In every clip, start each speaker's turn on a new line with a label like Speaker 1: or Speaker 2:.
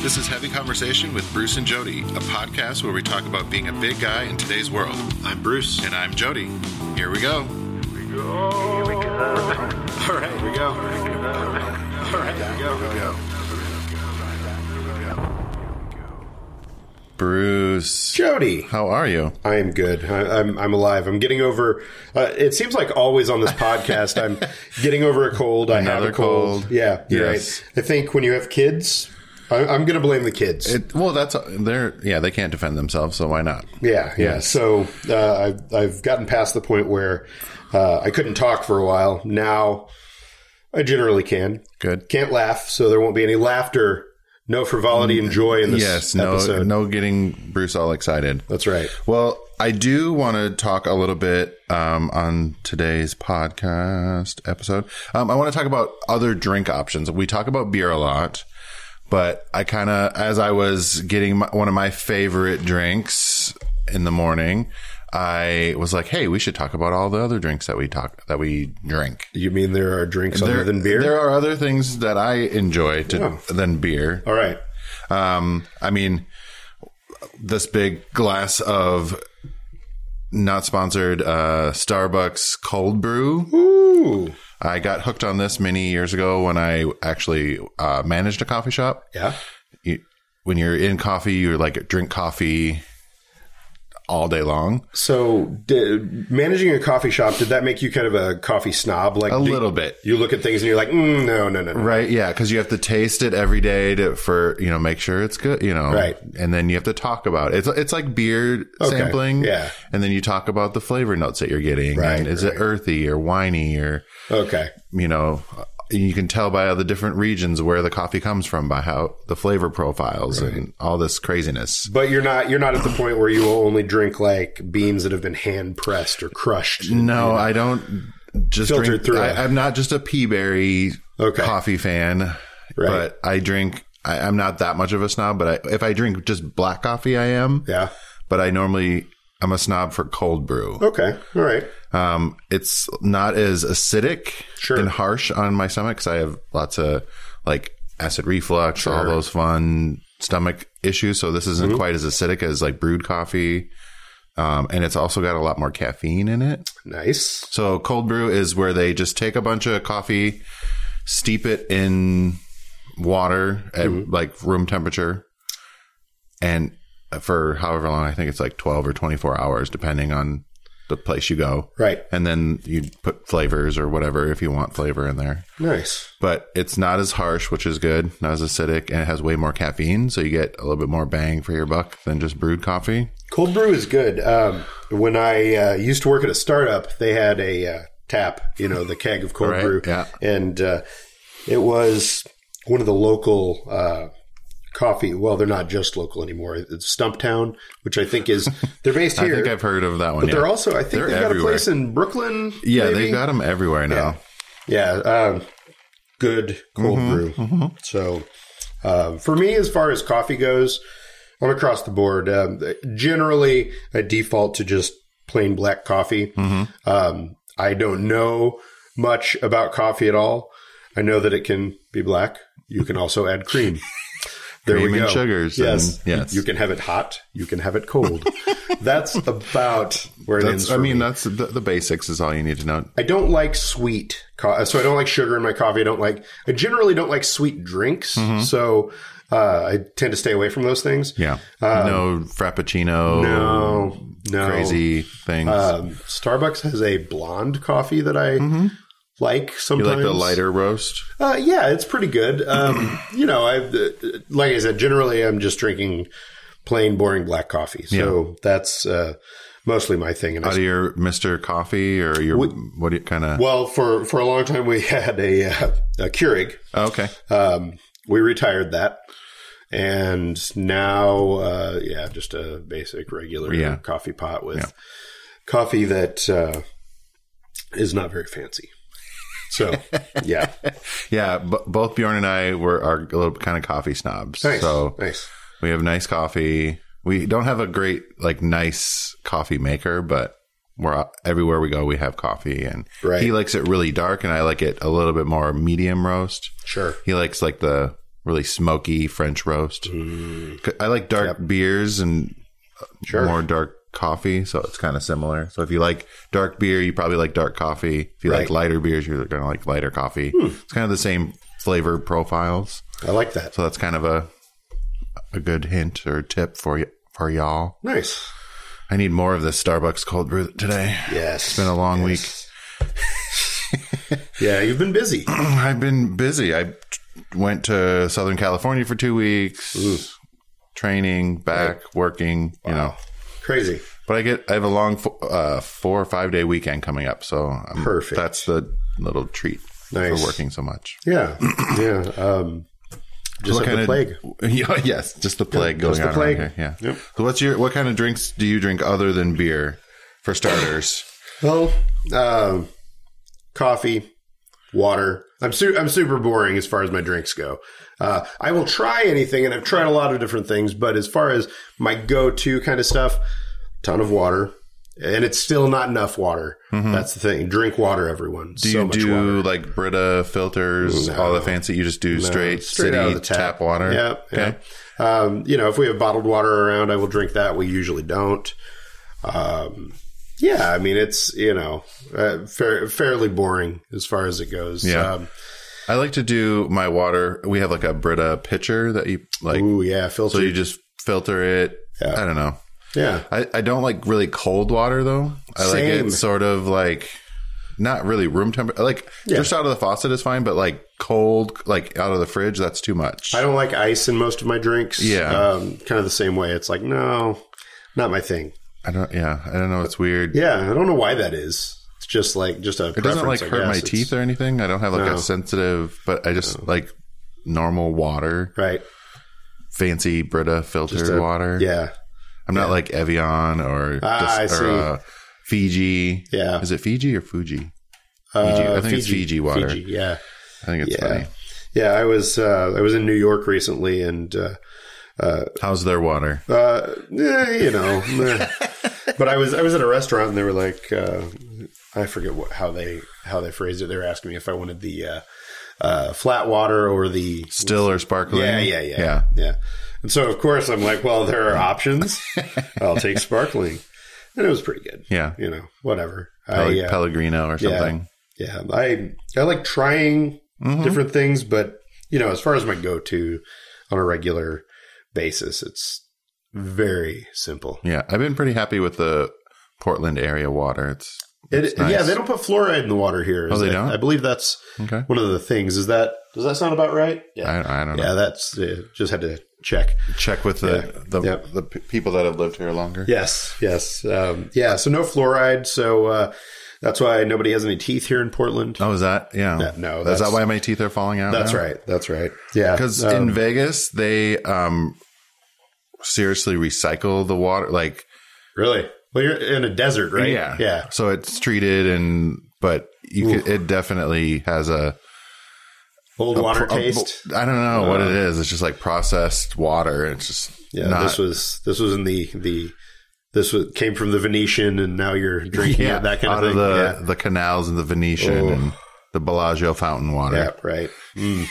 Speaker 1: This is Heavy Conversation with Bruce and Jody, a podcast where we talk about being a big guy in today's world. I'm Bruce. And I'm Jody. Here we go.
Speaker 2: All right, here we go. All right, here we go.
Speaker 1: Bruce.
Speaker 2: Jody,
Speaker 1: How are you?
Speaker 2: I am good. I, I'm I'm alive. I'm getting over. Uh, it seems like always on this podcast, I'm getting over a cold. I have
Speaker 1: Another
Speaker 2: a cold.
Speaker 1: cold.
Speaker 2: Yeah, you're
Speaker 1: Yes.
Speaker 2: right. I think when you have kids, I, I'm going to blame the kids.
Speaker 1: It, well, that's uh, they're yeah they can't defend themselves, so why not?
Speaker 2: yeah, yeah.
Speaker 1: Yes.
Speaker 2: So uh, I've I've gotten past the point where uh, I couldn't talk for a while. Now I generally can.
Speaker 1: Good.
Speaker 2: Can't laugh, so there won't be any laughter. No frivolity and joy in this
Speaker 1: Mm. Yes. No.
Speaker 2: episode.
Speaker 1: No getting Bruce all excited.
Speaker 2: That's right.
Speaker 1: Well, I do want to talk a little bit um, on today's podcast episode. Um, I want to talk about other drink options. We talk about beer a lot, but I kind of, as I was getting my, one of my favorite drinks in the morning, I was like, "Hey, we should talk about all the other drinks that we talk that we drink."
Speaker 2: You mean there are drinks other than beer?
Speaker 1: There are other things that I enjoy to,
Speaker 2: Yeah.
Speaker 1: than beer.
Speaker 2: All right.
Speaker 1: Um, I mean, this big glass of not sponsored uh, Starbucks cold brew.
Speaker 2: Ooh.
Speaker 1: I got hooked on this many years ago when I actually uh, managed a coffee shop.
Speaker 2: Yeah.
Speaker 1: You, when you're in coffee, you're like drink coffee all day long.
Speaker 2: So, did, managing a coffee shop did that make you kind of a coffee snob? Like
Speaker 1: A
Speaker 2: do-
Speaker 1: little bit.
Speaker 2: You look at things and you're like, mm, no, no, no, no.
Speaker 1: Right, yeah, because you have to taste it every day to for you know make sure it's good, you know,
Speaker 2: Right.
Speaker 1: And then you have to talk about it. It's it's like beer sampling,
Speaker 2: yeah.
Speaker 1: And then you talk about the flavor notes that you're getting,
Speaker 2: Right,
Speaker 1: And is it earthy or winey or
Speaker 2: Okay.
Speaker 1: you know, you can tell by the different regions where the coffee comes from by how the flavor profiles and all this craziness.
Speaker 2: But you're not you're not at the point where you will only drink like beans that have been hand pressed or crushed.
Speaker 1: No, I don't just
Speaker 2: Filtered
Speaker 1: drink.
Speaker 2: through.
Speaker 1: I, I'm not just a pea berry
Speaker 2: Okay.
Speaker 1: coffee fan, but I drink. I, I'm not that much of a snob, but I, if I drink just black coffee, I am.
Speaker 2: Yeah.
Speaker 1: But I normally I'm a snob for cold brew.
Speaker 2: Okay. All right.
Speaker 1: Um, it's not as acidic
Speaker 2: Sure.
Speaker 1: and harsh on my stomach because I have lots of like acid reflux, all those fun stomach issues. So this isn't
Speaker 2: Mm-hmm.
Speaker 1: quite as acidic as like brewed coffee. Um, and it's also got a lot more caffeine in it.
Speaker 2: Nice.
Speaker 1: So cold brew is where they just take a bunch of coffee, steep it in water at
Speaker 2: Mm-hmm.
Speaker 1: like room temperature, and for however long, I think it's like 12 or 24 hours, depending on the place you go.
Speaker 2: Right.
Speaker 1: And then you put flavors or whatever if you want flavor in there.
Speaker 2: Nice.
Speaker 1: But it's not as harsh, which is good, not as acidic, and it has way more caffeine. So you get a little bit more bang for your buck than just brewed coffee.
Speaker 2: Cold brew is good. Um, when I uh, used to work at a startup, they had a uh, tap, you know, the keg of cold
Speaker 1: Right,
Speaker 2: brew,
Speaker 1: yeah.
Speaker 2: and uh, it was one of the local uh, coffee. Well, they're not just local anymore. It's Stumptown, which I think is they're based
Speaker 1: I
Speaker 2: here.
Speaker 1: think I've heard of that one. yeah.
Speaker 2: they're also, I think
Speaker 1: They're
Speaker 2: they've got
Speaker 1: everywhere.
Speaker 2: a place in Brooklyn.
Speaker 1: yeah,
Speaker 2: maybe?
Speaker 1: they've got them everywhere now.
Speaker 2: Yeah, um, good cold
Speaker 1: Mm-hmm,
Speaker 2: brew. So, uh, for me, as far as coffee goes, I'm across the board. Um, generally, I default to just plain black coffee.
Speaker 1: Mm-hmm.
Speaker 2: Um, I don't know much about coffee at all. I know that it can be black. You can also add cream. There
Speaker 1: Cream
Speaker 2: we
Speaker 1: and
Speaker 2: go.
Speaker 1: sugars
Speaker 2: Yes,
Speaker 1: and- yes.
Speaker 2: You can have it hot. You can have it cold. That's about where it ends.
Speaker 1: That's, I
Speaker 2: for
Speaker 1: mean,
Speaker 2: me.
Speaker 1: that's the, the basics is all you need to know.
Speaker 2: I don't like sweet, co- uh, so I don't like sugar in my coffee. I don't like. I generally don't like sweet drinks, so uh, I tend to stay away from those things.
Speaker 1: Mm-hmm. Yeah, no frappuccino,
Speaker 2: No, no.
Speaker 1: crazy things.
Speaker 2: Um, Starbucks has a blonde coffee that I like
Speaker 1: Mm-hmm. you
Speaker 2: sometimes.
Speaker 1: like the lighter roast?
Speaker 2: Uh, yeah, it's pretty good. Um, you know, I uh, like I said, generally I'm just drinking plain, boring black coffee. So that's uh, mostly my thing. And I
Speaker 1: Out of your Mister Coffee or your what, do you kind of?
Speaker 2: well, for for a long time we had a, uh, a Keurig.
Speaker 1: Oh, okay,
Speaker 2: um, we retired that and now uh, yeah just a basic regular
Speaker 1: Yeah.
Speaker 2: coffee pot with coffee that uh, is not very fancy so yeah
Speaker 1: yeah. B- both Bjorn and I were are a little kind of coffee snobs,
Speaker 2: nice
Speaker 1: so
Speaker 2: nice
Speaker 1: we have nice coffee. We don't have a great like nice coffee maker, but we're everywhere we go, we have coffee, and
Speaker 2: Right.
Speaker 1: he likes it really dark, and I like it a little bit more medium roast.
Speaker 2: sure
Speaker 1: He likes like the really smoky French roast. C- I like dark beers and
Speaker 2: Mm.
Speaker 1: uh,
Speaker 2: Sure.
Speaker 1: more dark coffee, so it's kind of similar. So if you like dark beer, you probably like dark coffee. If you like
Speaker 2: Right. Hmm.
Speaker 1: lighter beers, you're going to like lighter coffee. It's kind of the same flavor profiles.
Speaker 2: I like that.
Speaker 1: So that's kind of a a good hint or tip for y- for y'all.
Speaker 2: Nice.
Speaker 1: I need more of this Starbucks cold brew today.
Speaker 2: Yes. It's
Speaker 1: been a long
Speaker 2: week. yeah, you've been busy.
Speaker 1: I've been busy. I went to Southern California for two weeks, training, back, working, you know.
Speaker 2: Crazy.
Speaker 1: But I get I have a long fo- uh, four or five day weekend coming up, so I'm,
Speaker 2: Perfect.
Speaker 1: That's the little treat
Speaker 2: Nice.
Speaker 1: for working so much.
Speaker 2: Yeah. Yeah. Um, just like the plague.
Speaker 1: Yeah, yes, just the plague going
Speaker 2: the
Speaker 1: on
Speaker 2: plague.
Speaker 1: around here. Yeah. So what's your what kind of drinks do you drink other than beer for starters?
Speaker 2: Well, um, coffee, water. I'm su- I'm super boring as far as my drinks go. Uh, I will try anything, and I've tried a lot of different things. But as far as my go-to kind of stuff, ton of water, and it's still not enough water. That's the thing. Drink water,
Speaker 1: Mm-hmm.
Speaker 2: everyone.
Speaker 1: Do
Speaker 2: so
Speaker 1: you
Speaker 2: much
Speaker 1: do
Speaker 2: water.
Speaker 1: like Brita filters, all the fancy? You just do straight,
Speaker 2: straight
Speaker 1: city
Speaker 2: out of the
Speaker 1: tap.
Speaker 2: tap.
Speaker 1: water.
Speaker 2: Yep.
Speaker 1: Okay.
Speaker 2: yep. Um, you know, if we have bottled water around, I will drink that. We usually don't. Um, yeah, I mean, it's, you know, uh, fair, fairly boring as far as it goes.
Speaker 1: Yeah.
Speaker 2: Um,
Speaker 1: I like to do my water. We have like a Brita pitcher that you like,
Speaker 2: ooh, yeah.
Speaker 1: so
Speaker 2: Filter.
Speaker 1: you just filter it. I don't know.
Speaker 2: yeah.
Speaker 1: I, I don't like really cold water though. I like
Speaker 2: Same.
Speaker 1: it sort of like not really room temperature. Like just out of the faucet is fine, but like cold, like out of the fridge, that's too much.
Speaker 2: I don't like ice in most of my drinks.
Speaker 1: Yeah.
Speaker 2: Um, kind of the same way. It's like, no, not my thing.
Speaker 1: I don't. Yeah, I don't know. It's weird.
Speaker 2: Yeah. I don't know why that is. It's just like, just a
Speaker 1: it doesn't like
Speaker 2: preference, I
Speaker 1: hurt my
Speaker 2: guess. It's-
Speaker 1: teeth or anything. I don't have like
Speaker 2: No.
Speaker 1: a sensitive, but I just like normal water.
Speaker 2: Right.
Speaker 1: fancy Brita filtered
Speaker 2: a-
Speaker 1: water.
Speaker 2: Yeah.
Speaker 1: I'm not like Evian or,
Speaker 2: Ah, I
Speaker 1: dis-
Speaker 2: see.
Speaker 1: or uh, Fiji.
Speaker 2: Yeah.
Speaker 1: Is it Fiji or Fuji?
Speaker 2: Uh,
Speaker 1: Fiji. I think it's Fiji water.
Speaker 2: Fiji, yeah.
Speaker 1: I think it's
Speaker 2: Yeah.
Speaker 1: funny.
Speaker 2: Yeah, I was uh, I was in New York recently, and uh,
Speaker 1: How's their water?
Speaker 2: uh, eh, you know, meh. but I was I was at a restaurant, and they were like, uh, I forget what, how they how they phrased it. They were asking me if I wanted the uh, uh, flat water or the
Speaker 1: Still or sparkling?
Speaker 2: yeah, yeah, yeah, yeah. And so of course I'm like, well, there are options. I'll take sparkling, and it was pretty good.
Speaker 1: Yeah.
Speaker 2: you know, whatever.
Speaker 1: Or
Speaker 2: I,
Speaker 1: Like
Speaker 2: uh,
Speaker 1: Pellegrino or something.
Speaker 2: yeah, I I like trying
Speaker 1: Mm-hmm.
Speaker 2: different things, but you know, as far as my go to on a regular basis, it's very simple.
Speaker 1: Yeah. I've been pretty happy with the Portland area water. It's nice.
Speaker 2: It,
Speaker 1: Oh,
Speaker 2: Yeah, they don't put fluoride in the water here. is
Speaker 1: they
Speaker 2: it?
Speaker 1: don't?
Speaker 2: I believe that's
Speaker 1: okay.
Speaker 2: one of the things. Is that does that sound about right? Yeah,
Speaker 1: I, I don't
Speaker 2: yeah,
Speaker 1: know.
Speaker 2: that's uh, just had to check.
Speaker 1: Check with the the,
Speaker 2: Yep.
Speaker 1: the p- people that have lived here longer.
Speaker 2: Yes, yes, um, yeah. So no fluoride. So uh, that's why nobody has any teeth here in Portland.
Speaker 1: Oh, is that? Yeah.
Speaker 2: no,
Speaker 1: Is that
Speaker 2: that's-
Speaker 1: why my teeth are falling out?
Speaker 2: That's
Speaker 1: now?
Speaker 2: right. That's right. Yeah,
Speaker 1: Because
Speaker 2: Um,
Speaker 1: in Vegas, they um, seriously recycle the water. Like,
Speaker 2: really, well, you're in a desert, right? yeah.
Speaker 1: So it's treated and, but you could, it definitely has a
Speaker 2: Old water
Speaker 1: a-
Speaker 2: taste. Uh.
Speaker 1: I don't know what it is. It's just like processed water. It's just
Speaker 2: Yeah,
Speaker 1: not.
Speaker 2: this was this was in the the this was, came from the Venetian, and now you're drinking
Speaker 1: yeah,
Speaker 2: it, that kind
Speaker 1: out of
Speaker 2: of thing.
Speaker 1: the the canals and the Venetian and the Bellagio fountain water.
Speaker 2: yeah, yeah, right. Mm.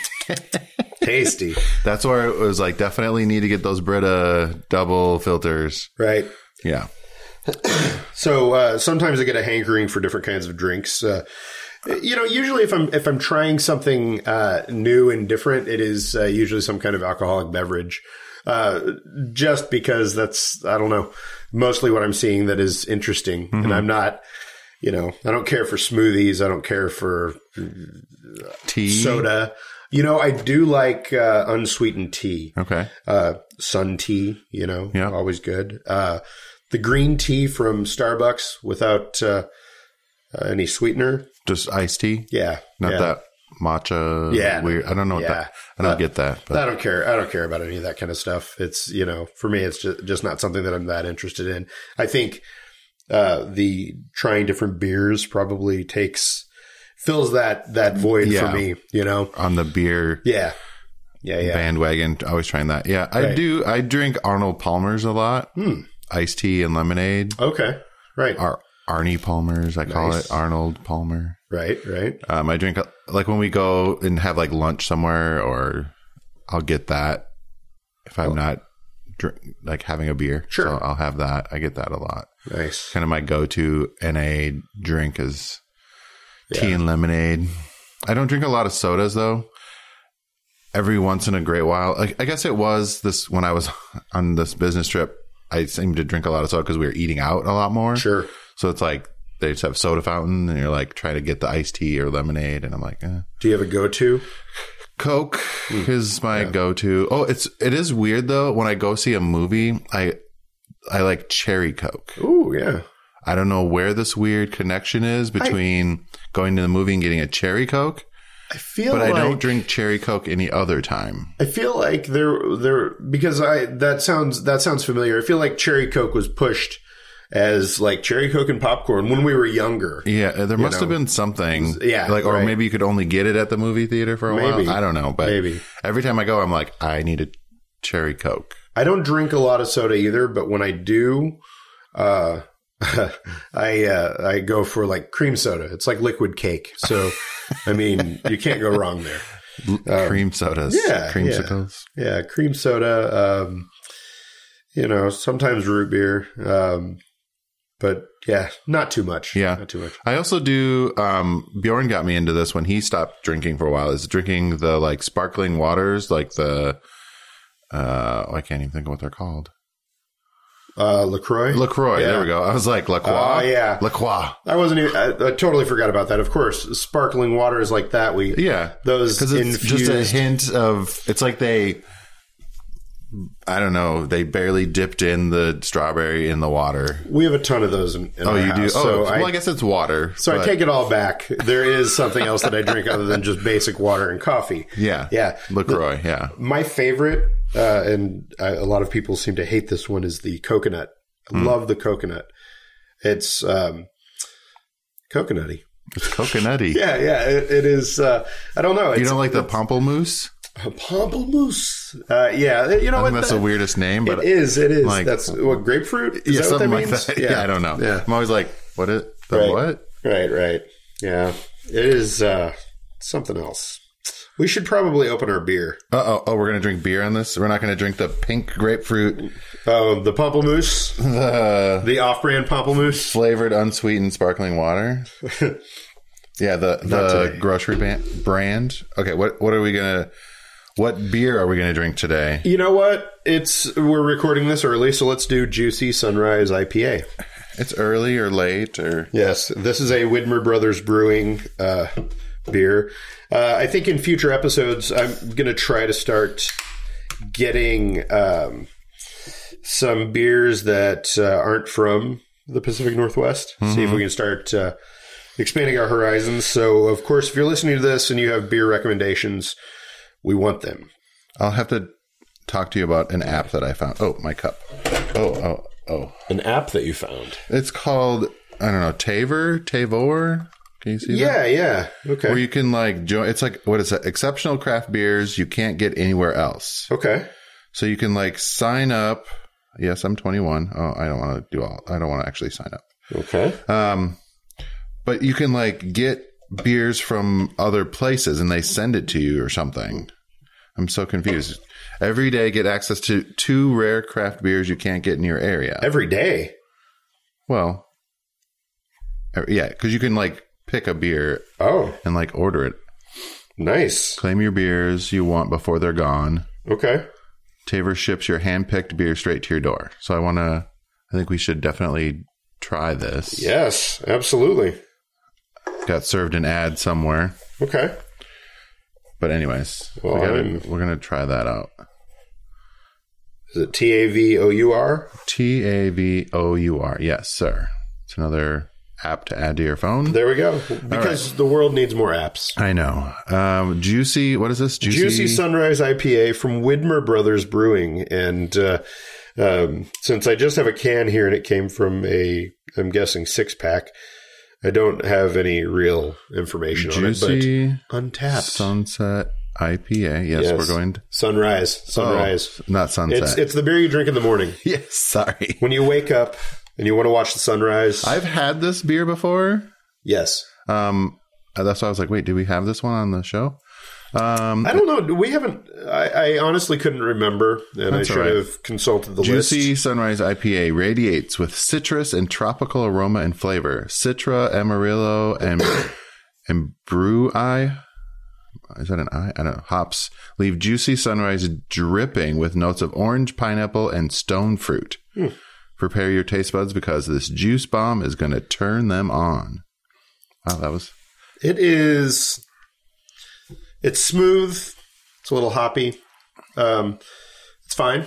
Speaker 2: Tasty,
Speaker 1: That's where it was like definitely need to get those Brita double filters.
Speaker 2: right?
Speaker 1: Yeah.
Speaker 2: So uh, sometimes I get a hankering for different kinds of drinks. Uh, you know, usually if I'm if I'm trying something uh, new and different, it is uh, usually some kind of alcoholic beverage. Uh, just because that's I don't know, mostly what I'm seeing that is interesting, and I'm not. You know, I don't care for smoothies. I don't care for
Speaker 1: Tea.
Speaker 2: soda. You know, I do like uh, unsweetened tea,
Speaker 1: Okay.
Speaker 2: uh, sun tea. You know,
Speaker 1: Yeah.
Speaker 2: always good. Uh, the green tea from Starbucks without uh, uh, any sweetener.
Speaker 1: Just iced tea.
Speaker 2: Yeah,
Speaker 1: Not
Speaker 2: yeah.
Speaker 1: that matcha.
Speaker 2: Yeah.
Speaker 1: weird. I don't know. What
Speaker 2: Yeah.
Speaker 1: that, I don't get that. But
Speaker 2: I don't care. I don't care about any of that kind of stuff. It's you know, for me, it's just, just not something that I'm that interested in. I think uh, the trying different beers probably takes fills that that void
Speaker 1: Yeah.
Speaker 2: for me. You know,
Speaker 1: on the beer
Speaker 2: yeah, yeah, yeah.
Speaker 1: bandwagon, always trying that. Yeah, I
Speaker 2: Right. Hmm.
Speaker 1: do. I drink Arnold Palmer's a lot. Iced tea and lemonade.
Speaker 2: Okay, right,
Speaker 1: Ar- Arnie Palmer's, I call
Speaker 2: Nice.
Speaker 1: it Arnold Palmer.
Speaker 2: right, right.
Speaker 1: Um, I drink like when we go and have like lunch somewhere or I'll get that if I'm not drink, like having a beer.
Speaker 2: Oh. Sure.
Speaker 1: So I'll have that. I get that a lot.
Speaker 2: Nice.
Speaker 1: Kind of my go-to NA drink is tea and lemonade. I don't drink a lot of sodas though. Every once in a great while, I, I guess it was this when I was on this business trip. I seemed to drink a lot of soda because we were eating out a lot more.
Speaker 2: Sure.
Speaker 1: So it's like they just have soda fountain, and you're like trying to get the iced tea or lemonade, and I'm like, eh.
Speaker 2: Do you have a go to?
Speaker 1: Coke is my go-to. Oh, it's it is weird though. When I go see a movie, I I like cherry Coke.
Speaker 2: Ooh, yeah.
Speaker 1: I don't know where this weird connection is between going to the movie and getting a cherry Coke,
Speaker 2: I feel
Speaker 1: but
Speaker 2: like
Speaker 1: I don't drink cherry Coke any other time.
Speaker 2: I feel like there there because I that sounds that sounds familiar. I feel like cherry coke was pushed as like cherry coke and popcorn when we were younger.
Speaker 1: Yeah, there must have
Speaker 2: know.
Speaker 1: been something.
Speaker 2: Yeah,
Speaker 1: like or
Speaker 2: right.
Speaker 1: maybe you could only get it at the movie theater for a
Speaker 2: Maybe.
Speaker 1: while. I don't know, but
Speaker 2: Maybe.
Speaker 1: every time I go, I'm like, I need a cherry Coke.
Speaker 2: I don't drink a lot of soda either, but when I do, uh, I uh, I go for like cream soda. It's like liquid cake. So I mean, you can't go wrong there.
Speaker 1: cream sodas,
Speaker 2: Um, yeah,
Speaker 1: creamsicles.
Speaker 2: Yeah, cream soda. Um, you know, sometimes root beer. Um, but yeah, not too much.
Speaker 1: Yeah.
Speaker 2: not too much.
Speaker 1: I also do. Um, Bjorn got me into this when he stopped drinking for a while. Is drinking the like sparkling waters, like the uh, oh, I can't even think of what they're called.
Speaker 2: Uh, Lacroix.
Speaker 1: Lacroix.
Speaker 2: Yeah.
Speaker 1: There we go. I was like Lacroix.
Speaker 2: Oh, yeah.
Speaker 1: Lacroix.
Speaker 2: I wasn't. Even, I, I totally forgot about that. Of course, sparkling waters like that. We
Speaker 1: Yeah,
Speaker 2: those
Speaker 1: because it's
Speaker 2: infused.
Speaker 1: just a hint of. It's like they. I don't know. They barely dipped in the strawberry in the water.
Speaker 2: we have a ton of those. In, in
Speaker 1: Oh,
Speaker 2: our
Speaker 1: you do. Oh,
Speaker 2: house, So
Speaker 1: well, I,
Speaker 2: I,
Speaker 1: guess it's water.
Speaker 2: so I
Speaker 1: but-
Speaker 2: take it all back. There is something else that I drink other than just basic water and coffee.
Speaker 1: Yeah.
Speaker 2: Yeah.
Speaker 1: Lacroix. Yeah.
Speaker 2: My favorite, uh, and I, a lot of people seem to hate this one, is the coconut. I
Speaker 1: Hmm.
Speaker 2: love the coconut. It's um, coconutty.
Speaker 1: It's coconutty.
Speaker 2: Yeah, yeah. It, it is. Uh, I don't know. It's
Speaker 1: You don't like the pamplemousse?
Speaker 2: a pamplemousse. Uh, yeah. You know
Speaker 1: I
Speaker 2: what?
Speaker 1: think that's the weirdest name, but
Speaker 2: It is. It is.
Speaker 1: like-
Speaker 2: That's what grapefruit.
Speaker 1: yeah,
Speaker 2: Is that what
Speaker 1: something
Speaker 2: that
Speaker 1: like
Speaker 2: means?
Speaker 1: that. Yeah. I don't know.
Speaker 2: Yeah.
Speaker 1: I'm always like, what is the
Speaker 2: Right.
Speaker 1: what?
Speaker 2: Right. Right. Yeah. It is uh, something else. We should probably open our beer.
Speaker 1: Uh oh, oh, we're gonna drink beer on this. We're not gonna drink the pink grapefruit,
Speaker 2: Um, the pamplemousse,
Speaker 1: the
Speaker 2: the off-brand pamplemousse.
Speaker 1: flavored unsweetened sparkling water. yeah, the the
Speaker 2: today.
Speaker 1: grocery ban- brand. Okay, what what are we gonna? What beer are we gonna drink today?
Speaker 2: You know what? It's we're recording this early, so let's do Juicy Sunrise IPA.
Speaker 1: It's early or late or
Speaker 2: Yes, this is a Widmer Brothers Brewing uh, beer. Uh, I think in future episodes, I'm going to try to start getting um, some beers that uh, aren't from the Pacific Northwest. See
Speaker 3: Mm-hmm.
Speaker 2: if we can start uh, expanding our horizons. So, of course, if you're listening to this and you have beer recommendations, we want them.
Speaker 1: I'll have to talk to you about an app that I found. Oh, my cup. Oh oh oh.
Speaker 3: An app that you found.
Speaker 1: It's called I don't know Taver Tavor. Can you see that?
Speaker 2: Yeah, yeah. Okay.
Speaker 1: where you can like join. It's like what is it? Exceptional craft beers you can't get anywhere else.
Speaker 2: okay.
Speaker 1: So you can like sign up. Yes, I'm 21. Oh, I don't want to do all. I don't want to actually sign up.
Speaker 3: Okay.
Speaker 1: But you can like get beers from other places and they send it to you or something. I'm so confused. Every day, get access to two rare craft beers you can't get in your area.
Speaker 2: Every day.
Speaker 1: Well, er- yeah, because you can like pick a beer
Speaker 2: Oh,
Speaker 1: and like order it.
Speaker 2: nice.
Speaker 1: Claim your beers you want before they're gone.
Speaker 2: Okay.
Speaker 1: Taver ships your hand-picked beer straight to your door. So I want to. I think we should definitely try this.
Speaker 2: Yes, absolutely.
Speaker 1: Got served an ad somewhere,
Speaker 2: Okay.
Speaker 1: but anyways, we
Speaker 2: Well,
Speaker 1: gotta,
Speaker 2: I'm-
Speaker 1: we're gonna try that out.
Speaker 2: Is it T A V O U R?
Speaker 1: T A V O U R. Yes, sir. It's another app to add to your phone.
Speaker 2: There we go. Because the world needs more apps.
Speaker 1: I know. Um, juicy. What is this? Juicy.
Speaker 2: Juicy Sunrise IPA from Widmer Brothers Brewing, and uh, um, since I just have a can here and it came from a, I'm guessing six pack. I don't have any real information on it,
Speaker 1: juicy
Speaker 2: but untapped
Speaker 1: sunset IPA. Yes,
Speaker 2: Yes.
Speaker 1: we're going. To,
Speaker 2: sunrise,
Speaker 1: oh,
Speaker 2: sunrise.
Speaker 1: not sunset.
Speaker 2: It's it's the beer you drink in the morning
Speaker 1: yes. Sorry.
Speaker 2: when you wake up and you want to watch the sunrise.
Speaker 1: I've had this beer before.
Speaker 2: yes,
Speaker 1: Um, uh, that's why I was like, wait, did we have this one on the show? Um,
Speaker 2: I don't know. We haven't. I, I honestly couldn't remember, and I
Speaker 1: That's all
Speaker 2: should
Speaker 1: right.
Speaker 2: have consulted the list.
Speaker 1: Juicy Sunrise IPA radiates with citrus and tropical aroma and flavor. Citra, Amarillo, and and brew eye. Is that an eye? I don't know. Hops leave juicy sunrise dripping with notes of orange, pineapple, and stone fruit.
Speaker 2: Hmm.
Speaker 1: Prepare your taste buds because this juice bomb is going to turn them on. Wow, that was
Speaker 2: It is. It's smooth. It's a little hoppy. Um, it's fine.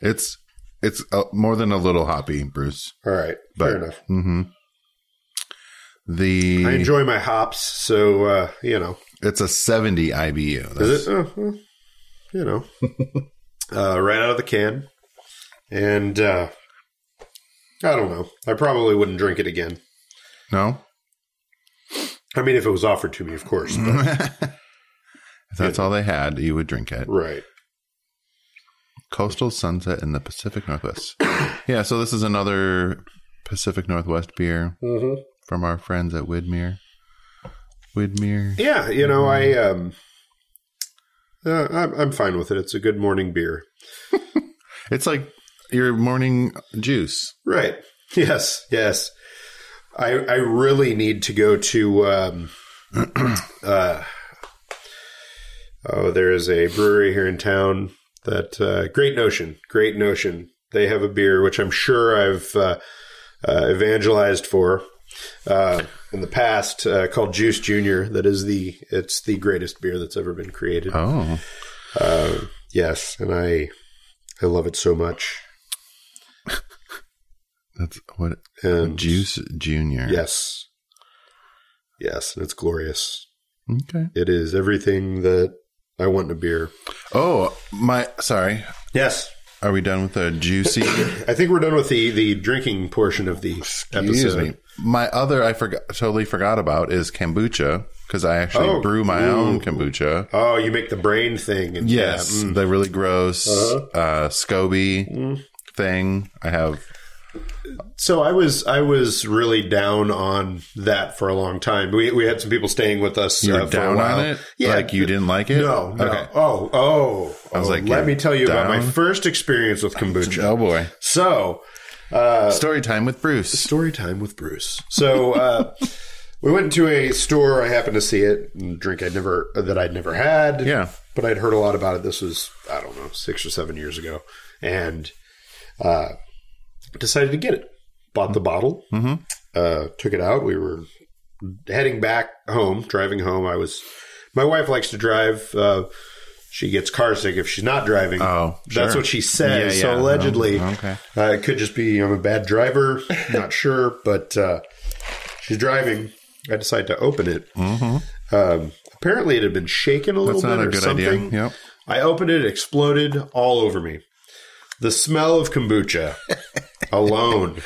Speaker 1: it's it's uh, more than a little hoppy, Bruce. Mm-hmm.
Speaker 2: All right. fair enough.
Speaker 1: The
Speaker 2: I enjoy my hops, so uh, you know.
Speaker 1: it's a seventy IBU. That's
Speaker 2: Is it? Oh, well, you know, uh, right out of the can, and uh, I don't know. I probably wouldn't drink it again.
Speaker 1: no.
Speaker 2: I mean, if it was offered to me, of course. But,
Speaker 1: If that's all they had, you would drink it.
Speaker 2: right.
Speaker 1: Coastal Sunset in the Pacific Northwest. yeah, so this is another Pacific Northwest beer
Speaker 2: Mm-hmm.
Speaker 1: from our friends at Widmere. Widmere.
Speaker 2: Yeah, you know, I um, uh, I'm, I'm fine with it. It's a good morning beer.
Speaker 1: It's like your morning juice.
Speaker 2: Right. Yes. Yes. I I really need to go to. Um, uh, oh, there is a brewery here in town that uh, Great Notion. Great Notion. They have a beer which I'm sure I've uh, uh, evangelized for uh, in the past uh, called Juice Junior. That is the it's the greatest beer that's ever been created.
Speaker 1: Oh.
Speaker 2: Yes, and I I love it so much.
Speaker 1: That's what
Speaker 2: And
Speaker 1: Juice Junior.
Speaker 2: Yes. Yes, and it's glorious.
Speaker 1: Okay.
Speaker 2: It is everything that I want in a beer.
Speaker 1: Oh, my sorry.
Speaker 2: Yes.
Speaker 1: Are we done with the juicy
Speaker 2: I think we're done with the, the drinking portion of the
Speaker 1: Excuse
Speaker 2: episode.
Speaker 1: me. My other I forgot totally forgot about is kombucha because I actually
Speaker 2: Oh,
Speaker 1: brew my
Speaker 2: ooh.
Speaker 1: own kombucha.
Speaker 2: Oh, you make the brain thing. And mm.
Speaker 1: Yes, the really gross uh
Speaker 2: Uh-huh.
Speaker 1: SCOBY thing. I have.
Speaker 2: So I was I was really down on that for a long time. We, we had some people staying with us
Speaker 1: You
Speaker 2: uh,
Speaker 1: were
Speaker 2: for a
Speaker 1: down
Speaker 2: while.
Speaker 1: on it.
Speaker 2: Yeah.
Speaker 1: like you didn't like it.
Speaker 2: no, no. Oh, oh. I
Speaker 1: was like,
Speaker 2: let
Speaker 1: you're
Speaker 2: me tell you about my
Speaker 1: down?
Speaker 2: first experience with kombucha.
Speaker 1: Oh boy.
Speaker 2: So,
Speaker 1: Story time with Bruce.
Speaker 2: Story time with Bruce. So uh, we went to a store. I happened to see it and a drink I'd never that I'd never had.
Speaker 1: Yeah.
Speaker 2: but I'd heard a lot about it. This was I don't know six or seven years ago, and uh, decided to get it. Bought the bottle. Mm-hmm. Uh, took it out. We were heading back home, driving home. I was. My wife likes to drive. Uh, she gets car sick if she's not driving.
Speaker 1: Oh,
Speaker 2: that's
Speaker 1: sure.
Speaker 2: what she says.
Speaker 1: Yeah,
Speaker 2: So
Speaker 1: yeah.
Speaker 2: allegedly,
Speaker 1: Oh, okay.
Speaker 2: uh, it could just be I'm a bad driver. Not sure, but uh, she's driving. I decide to open it. Um, apparently, it had been shaken a little
Speaker 1: Mm-hmm. That's not
Speaker 2: bit
Speaker 1: a good
Speaker 2: or something.
Speaker 1: idea. Yep.
Speaker 2: I opened it, it exploded all over me. The smell of kombucha alone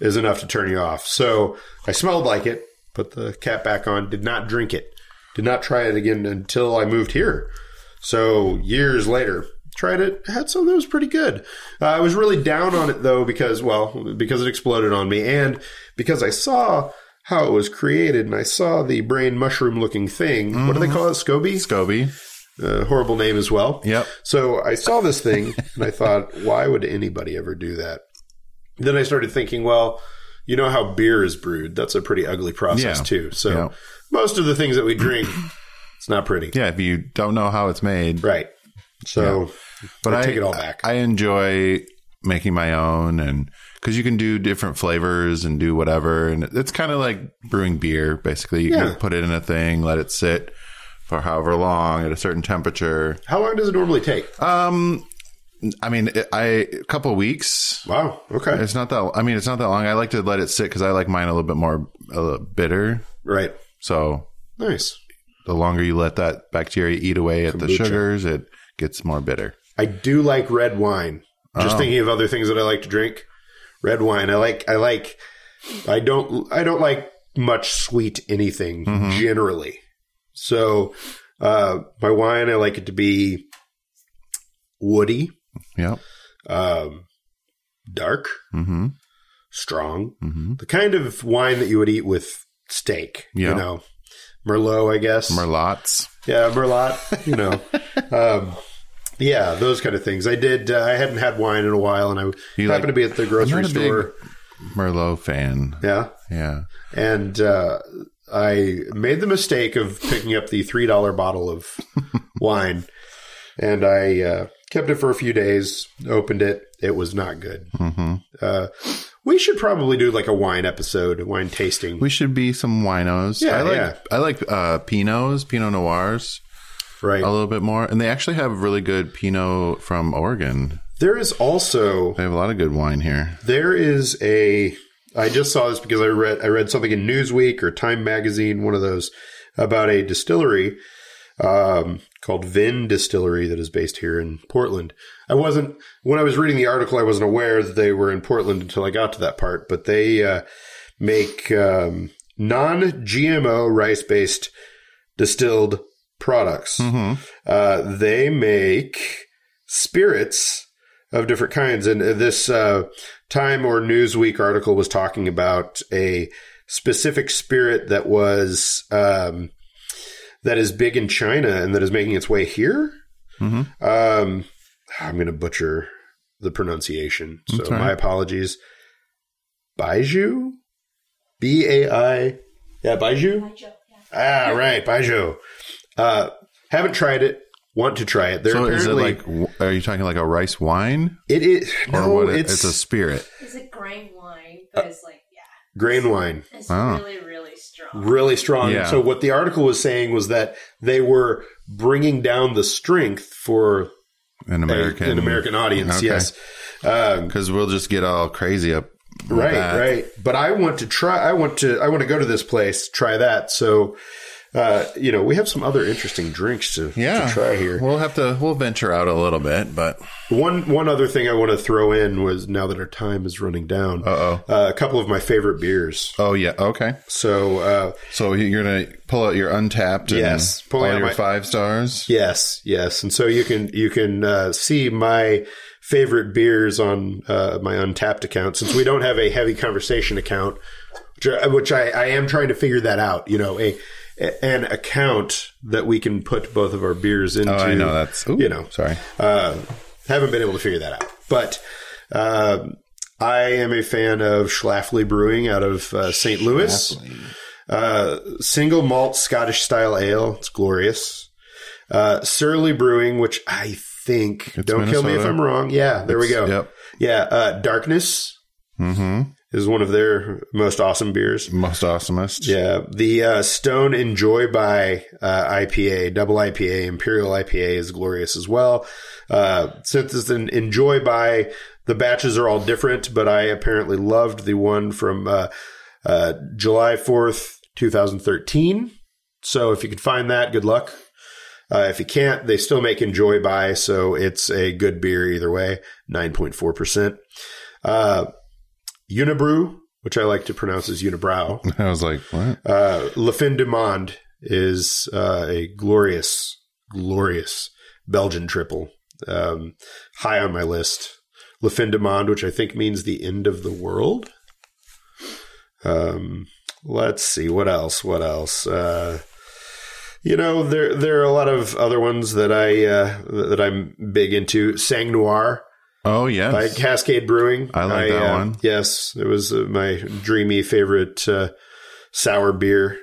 Speaker 2: is enough to turn you off. So I smelled like it, put the cap back on, did not drink it, did not try it again until I moved here. So years later, tried it, had some that was pretty good. Uh, I was really down on it though because, well, because it exploded on me and because I saw how it was created and I saw the brain mushroom looking thing. What do they call it? SCOBY?
Speaker 1: SCOBY.
Speaker 2: uh, horrible name as well.
Speaker 1: Yep.
Speaker 2: So I saw this thing and I thought, why would anybody ever do that? Then I started thinking, well, you know how beer is brewed. That's a pretty ugly process
Speaker 1: Yeah.
Speaker 2: too. So
Speaker 1: Yeah.
Speaker 2: most of the things that we drink, it's not pretty.
Speaker 1: Yeah. If you don't know how it's made,
Speaker 2: Right. So
Speaker 1: but I,
Speaker 2: I take it all back.
Speaker 1: I enjoy making my own and because you can do different flavors and do whatever and it's kind of like brewing beer basically you
Speaker 2: Yeah.
Speaker 1: can put it in a thing let it sit for however long at a certain temperature
Speaker 2: how long does it normally take?
Speaker 1: Um, i mean it- I a couple weeks
Speaker 2: wow. Okay.
Speaker 1: It's not that. I mean, it's not that long. I like to let it sit because I like mine a little bit more a little bitter.
Speaker 2: Right.
Speaker 1: So
Speaker 2: Nice.
Speaker 1: the longer you let that bacteria eat away at the sugars, it gets more bitter.
Speaker 2: I do like red wine. Just
Speaker 1: Oh.
Speaker 2: thinking of other things that I like to drink. Red wine. I like I like I don't I don't like much sweet anything
Speaker 1: Mm-hmm.
Speaker 2: generally. So uh my wine I like it to be woody,
Speaker 1: Yep.
Speaker 2: um dark,
Speaker 1: Mm-hmm.
Speaker 2: strong.
Speaker 1: Mm-hmm.
Speaker 2: The kind of wine that you would eat with steak,
Speaker 1: Yeah.
Speaker 2: you know. Merlot, I guess.
Speaker 1: Merlots.
Speaker 2: yeah, Merlot, you know. um, yeah, those kind of things. I did, uh, I hadn't had wine in a while, and I
Speaker 1: You
Speaker 2: happened
Speaker 1: like-
Speaker 2: to be at the grocery
Speaker 1: not a big-
Speaker 2: store.
Speaker 1: Merlot fan.
Speaker 2: Yeah.
Speaker 1: Yeah.
Speaker 2: And uh, I made the mistake of picking up the $3 bottle of wine. And I uh, kept it for a few days, opened it. It was not good.
Speaker 1: Mhm.
Speaker 2: Uh, we should probably do like a wine episode, a wine tasting.
Speaker 1: We should be some winos.
Speaker 2: Yeah,
Speaker 1: I like
Speaker 2: yeah.
Speaker 1: I like uh, pinots, pinot noirs
Speaker 2: right.
Speaker 1: a little bit more, and they actually have really good pinot from Oregon.
Speaker 2: there is also
Speaker 1: They have a lot of good wine here.
Speaker 2: There is a. I just saw this because I read I read something in Newsweek or Time Magazine, one of those, about a distillery um, called Vin Distillery that is based here in Portland. I wasn't when I was reading the article, I wasn't aware that they were in Portland until I got to that part. But they uh, make um, non-GMO rice-based distilled products.
Speaker 1: Mm-hmm.
Speaker 2: Uh, they make spirits of different kinds. And uh, this uh, Time or Newsweek article was talking about a specific spirit that was um, that is big in China and that is making its way here.
Speaker 1: Mhm.
Speaker 2: Um, I'm going to butcher the pronunciation, so
Speaker 1: That's all right.
Speaker 2: my apologies. Baiju, B A I, yeah, Baiju. Ah, right, Baijiu. Uh, haven't tried it. Want to try it? There
Speaker 1: so is it
Speaker 2: apparently
Speaker 1: like? w- Are you talking like a rice wine
Speaker 2: it is.
Speaker 1: or
Speaker 2: No,
Speaker 1: what? it-
Speaker 2: it's,
Speaker 1: It's, a spirit.
Speaker 3: It's a grain wine, but it's like, yeah,
Speaker 2: grain wine,
Speaker 3: it's
Speaker 1: Wow.
Speaker 3: really, really strong.
Speaker 2: really strong.
Speaker 1: Yeah.
Speaker 2: So what the article was saying was that they were bringing down the strength for
Speaker 1: An
Speaker 2: a-
Speaker 1: American.
Speaker 2: an American audience.
Speaker 1: Okay.
Speaker 2: Yes, um,
Speaker 1: Because we'll just get all crazy up. with
Speaker 2: right,
Speaker 1: that.
Speaker 2: right. But I want to try. I want to. I want to go to this place, try that. So. Uh, you know, we have some other interesting drinks to, to
Speaker 1: Yeah.
Speaker 2: try here.
Speaker 1: We'll have to. We'll venture out a little bit, but
Speaker 2: One one other thing I want to throw in was now that our time is running down,
Speaker 1: Uh-oh.
Speaker 2: uh, a couple of my favorite beers.
Speaker 1: oh yeah, okay.
Speaker 2: So uh,
Speaker 1: So you're gonna pull out your untapped. and
Speaker 2: Yes, pull
Speaker 1: all
Speaker 2: out
Speaker 1: your
Speaker 2: my-
Speaker 1: five stars.
Speaker 2: yes, yes, and so you can you can uh, see my favorite beers on uh, my Untapped account since we don't have a heavy conversation account, which, I- which I, I am trying to figure that out. You know, a an account that we can put both of our beers into.
Speaker 1: Oh, I know that's. ooh,
Speaker 2: you know
Speaker 1: sorry.
Speaker 2: Uh, haven't been able to figure that out. But um I am a fan of Schlafly Brewing out of uh, St. Louis. Uh, single malt Scottish style ale. It's glorious. Uh, Surly Brewing, which I think, don't kill me if
Speaker 1: Minnesota.
Speaker 2: I'm wrong. Yeah, there we go.
Speaker 1: Yep.
Speaker 2: Yeah, uh, Darkness
Speaker 1: Mm-hmm.
Speaker 2: is one of their most awesome beers.
Speaker 1: Most awesomest.
Speaker 2: Yeah, the uh, Stone Enjoy by uh, IPA, double IPA, Imperial IPA is glorious as well. Uh, since it's an Enjoy by, the batches are all different, but I apparently loved the one from uh, uh, July fourth, two thousand thirteen. So if you can find that, good luck. Uh, if you can't, they still make Enjoy by, so it's a good beer either way. Nine point four percent. Uh, Unibrew, which I like to pronounce as Unibrow.
Speaker 1: I was like, what?
Speaker 2: Uh, La Fin du Monde is uh, a glorious, glorious Belgian triple. Um, high on my list. La Fin du Monde, which I think means the end of the world. Um, let's see what else. What else? Uh, you know, there there are a lot of other ones that I uh, that I'm big into. Sang Noir
Speaker 1: Oh yes.
Speaker 2: by Cascade Brewing.
Speaker 1: I like that
Speaker 2: uh,
Speaker 1: one.
Speaker 2: Yes, it was uh, my dreamy favorite uh, sour beer.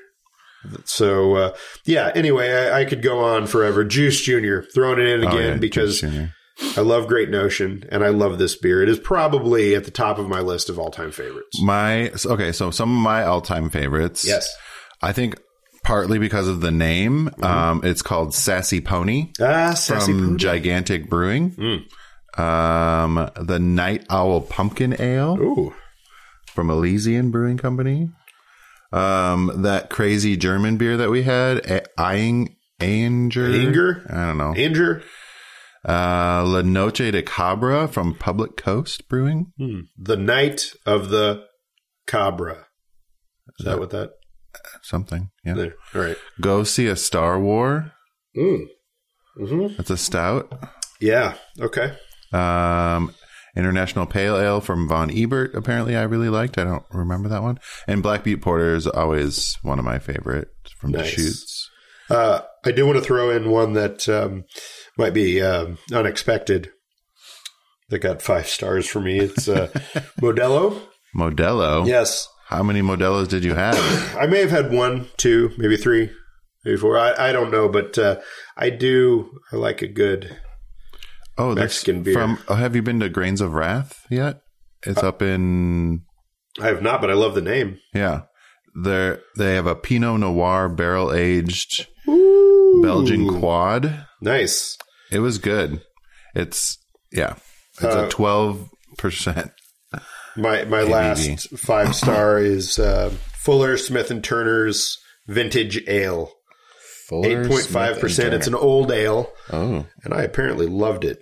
Speaker 2: So uh, yeah. Anyway, I, I could go on forever. Juice Junior, throwing it in
Speaker 1: Oh,
Speaker 2: again
Speaker 1: yeah,
Speaker 2: because
Speaker 1: James Jr.
Speaker 2: I love Great Notion and I love this beer. It is probably at the top of my list of all time favorites.
Speaker 1: my so- okay. So some of my all-time favorites.
Speaker 2: Yes. Mm-hmm.
Speaker 1: I think partly because of the name. Um, it's called Sassy Pony
Speaker 2: Ah, sassy.
Speaker 1: from Gigantic Brewing. Um, the Night Owl Pumpkin Ale
Speaker 2: Ooh,
Speaker 1: from Elysian Brewing Company. Um, that crazy German beer that we had, A- Eing Anger.
Speaker 2: Anger?
Speaker 1: I don't know.
Speaker 2: Inger.
Speaker 1: Uh, La Noche de Cabra from Public Coast Brewing.
Speaker 2: The Night of the Cabra. Is that what that?
Speaker 1: Something. Yeah.
Speaker 2: There. All right.
Speaker 1: Go see a Star War.
Speaker 2: Mm. hmm
Speaker 1: That's a stout.
Speaker 2: Yeah. Okay.
Speaker 1: Um, International Pale Ale from Von Ebert. Apparently, I really liked. I don't remember that one. And Black Butte Porter is always one of my favorite from
Speaker 2: Nice.
Speaker 1: Deschutes.
Speaker 2: Uh, I do want to throw in one that um, might be um, unexpected. That got five stars for me. It's uh, Modelo.
Speaker 1: Modelo.
Speaker 2: Yes,
Speaker 1: How many Modelos did you have?
Speaker 2: I may have had one, two, maybe three, maybe four. I, I don't know, but uh, I do. I like a good.
Speaker 1: Oh, that's
Speaker 2: Mexican beer. Uh,
Speaker 1: From, oh, have you been to Grains of Wrath yet? It's up in
Speaker 2: I have not, but I love the name.
Speaker 1: Yeah. They're, they have a Pinot Noir barrel aged Belgian quad.
Speaker 2: Nice.
Speaker 1: It was good. It's, yeah, it's
Speaker 2: Uh,
Speaker 1: a 12%.
Speaker 2: My my last five star is uh, Fuller Smith and Turner's Vintage Ale. Eight point five percent. It's an old ale,
Speaker 1: Oh,
Speaker 2: and I apparently loved it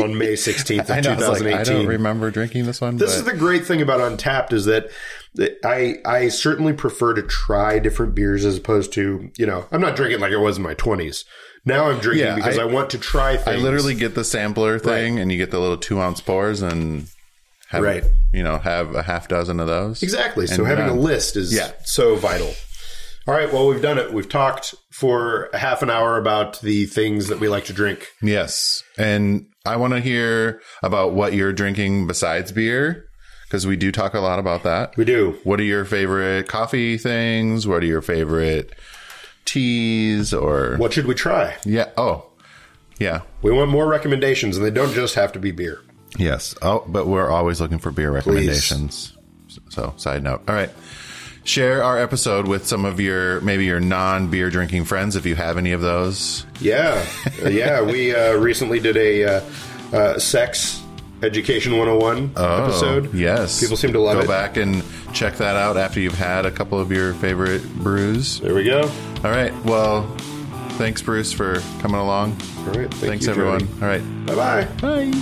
Speaker 2: on May sixteenth
Speaker 1: I
Speaker 2: of
Speaker 1: know.
Speaker 2: two
Speaker 1: I, was
Speaker 2: thousand
Speaker 1: like, I don't
Speaker 2: eighteen.
Speaker 1: remember drinking this one.
Speaker 2: this
Speaker 1: but
Speaker 2: is the great thing about Untapped is that th- I I certainly prefer to try different beers as opposed to you know I'm not drinking like I was in my twenties. Now I'm drinking
Speaker 1: Yeah,
Speaker 2: because I,
Speaker 1: I-
Speaker 2: want to try things.
Speaker 1: I literally get the sampler thing and you get the little two ounce pours and have,
Speaker 2: Right.
Speaker 1: you know, have a half dozen of those.
Speaker 2: Exactly. So
Speaker 1: And
Speaker 2: having a
Speaker 1: done.
Speaker 2: list is
Speaker 1: Yeah.
Speaker 2: so vital. All right. Well, we've done it. We've talked for a half an hour about the things that we like to drink.
Speaker 1: Yes. And I want to hear about what you're drinking besides beer because we do talk a lot about that.
Speaker 2: We do.
Speaker 1: What are your favorite coffee things? What are your favorite teas or
Speaker 2: What should we try?
Speaker 1: yeah, oh. Yeah.
Speaker 2: We want more recommendations, and they don't just have to be beer.
Speaker 1: Yes. Oh, but we're always looking for beer recommendations. So, side note. All right. Share our episode with some of your maybe your non-beer drinking friends if you have any of those.
Speaker 2: Yeah, yeah. We uh, recently did a uh, uh, sex education 101
Speaker 1: Oh,
Speaker 2: episode.
Speaker 1: Yes.
Speaker 2: People seem to love
Speaker 1: Go
Speaker 2: it.
Speaker 1: back and check that out after you've had a couple of your favorite brews.
Speaker 2: There we go.
Speaker 1: All right. Well, thanks, Bruce, for coming along.
Speaker 2: All right. Thank
Speaker 1: thanks,
Speaker 2: you,
Speaker 1: everyone. All right.
Speaker 2: Bye bye.
Speaker 1: Bye.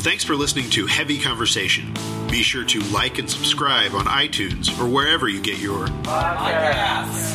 Speaker 2: Thanks for listening to Heavy Conversation. Be sure to like and subscribe on iTunes or wherever you get your
Speaker 4: Podcast.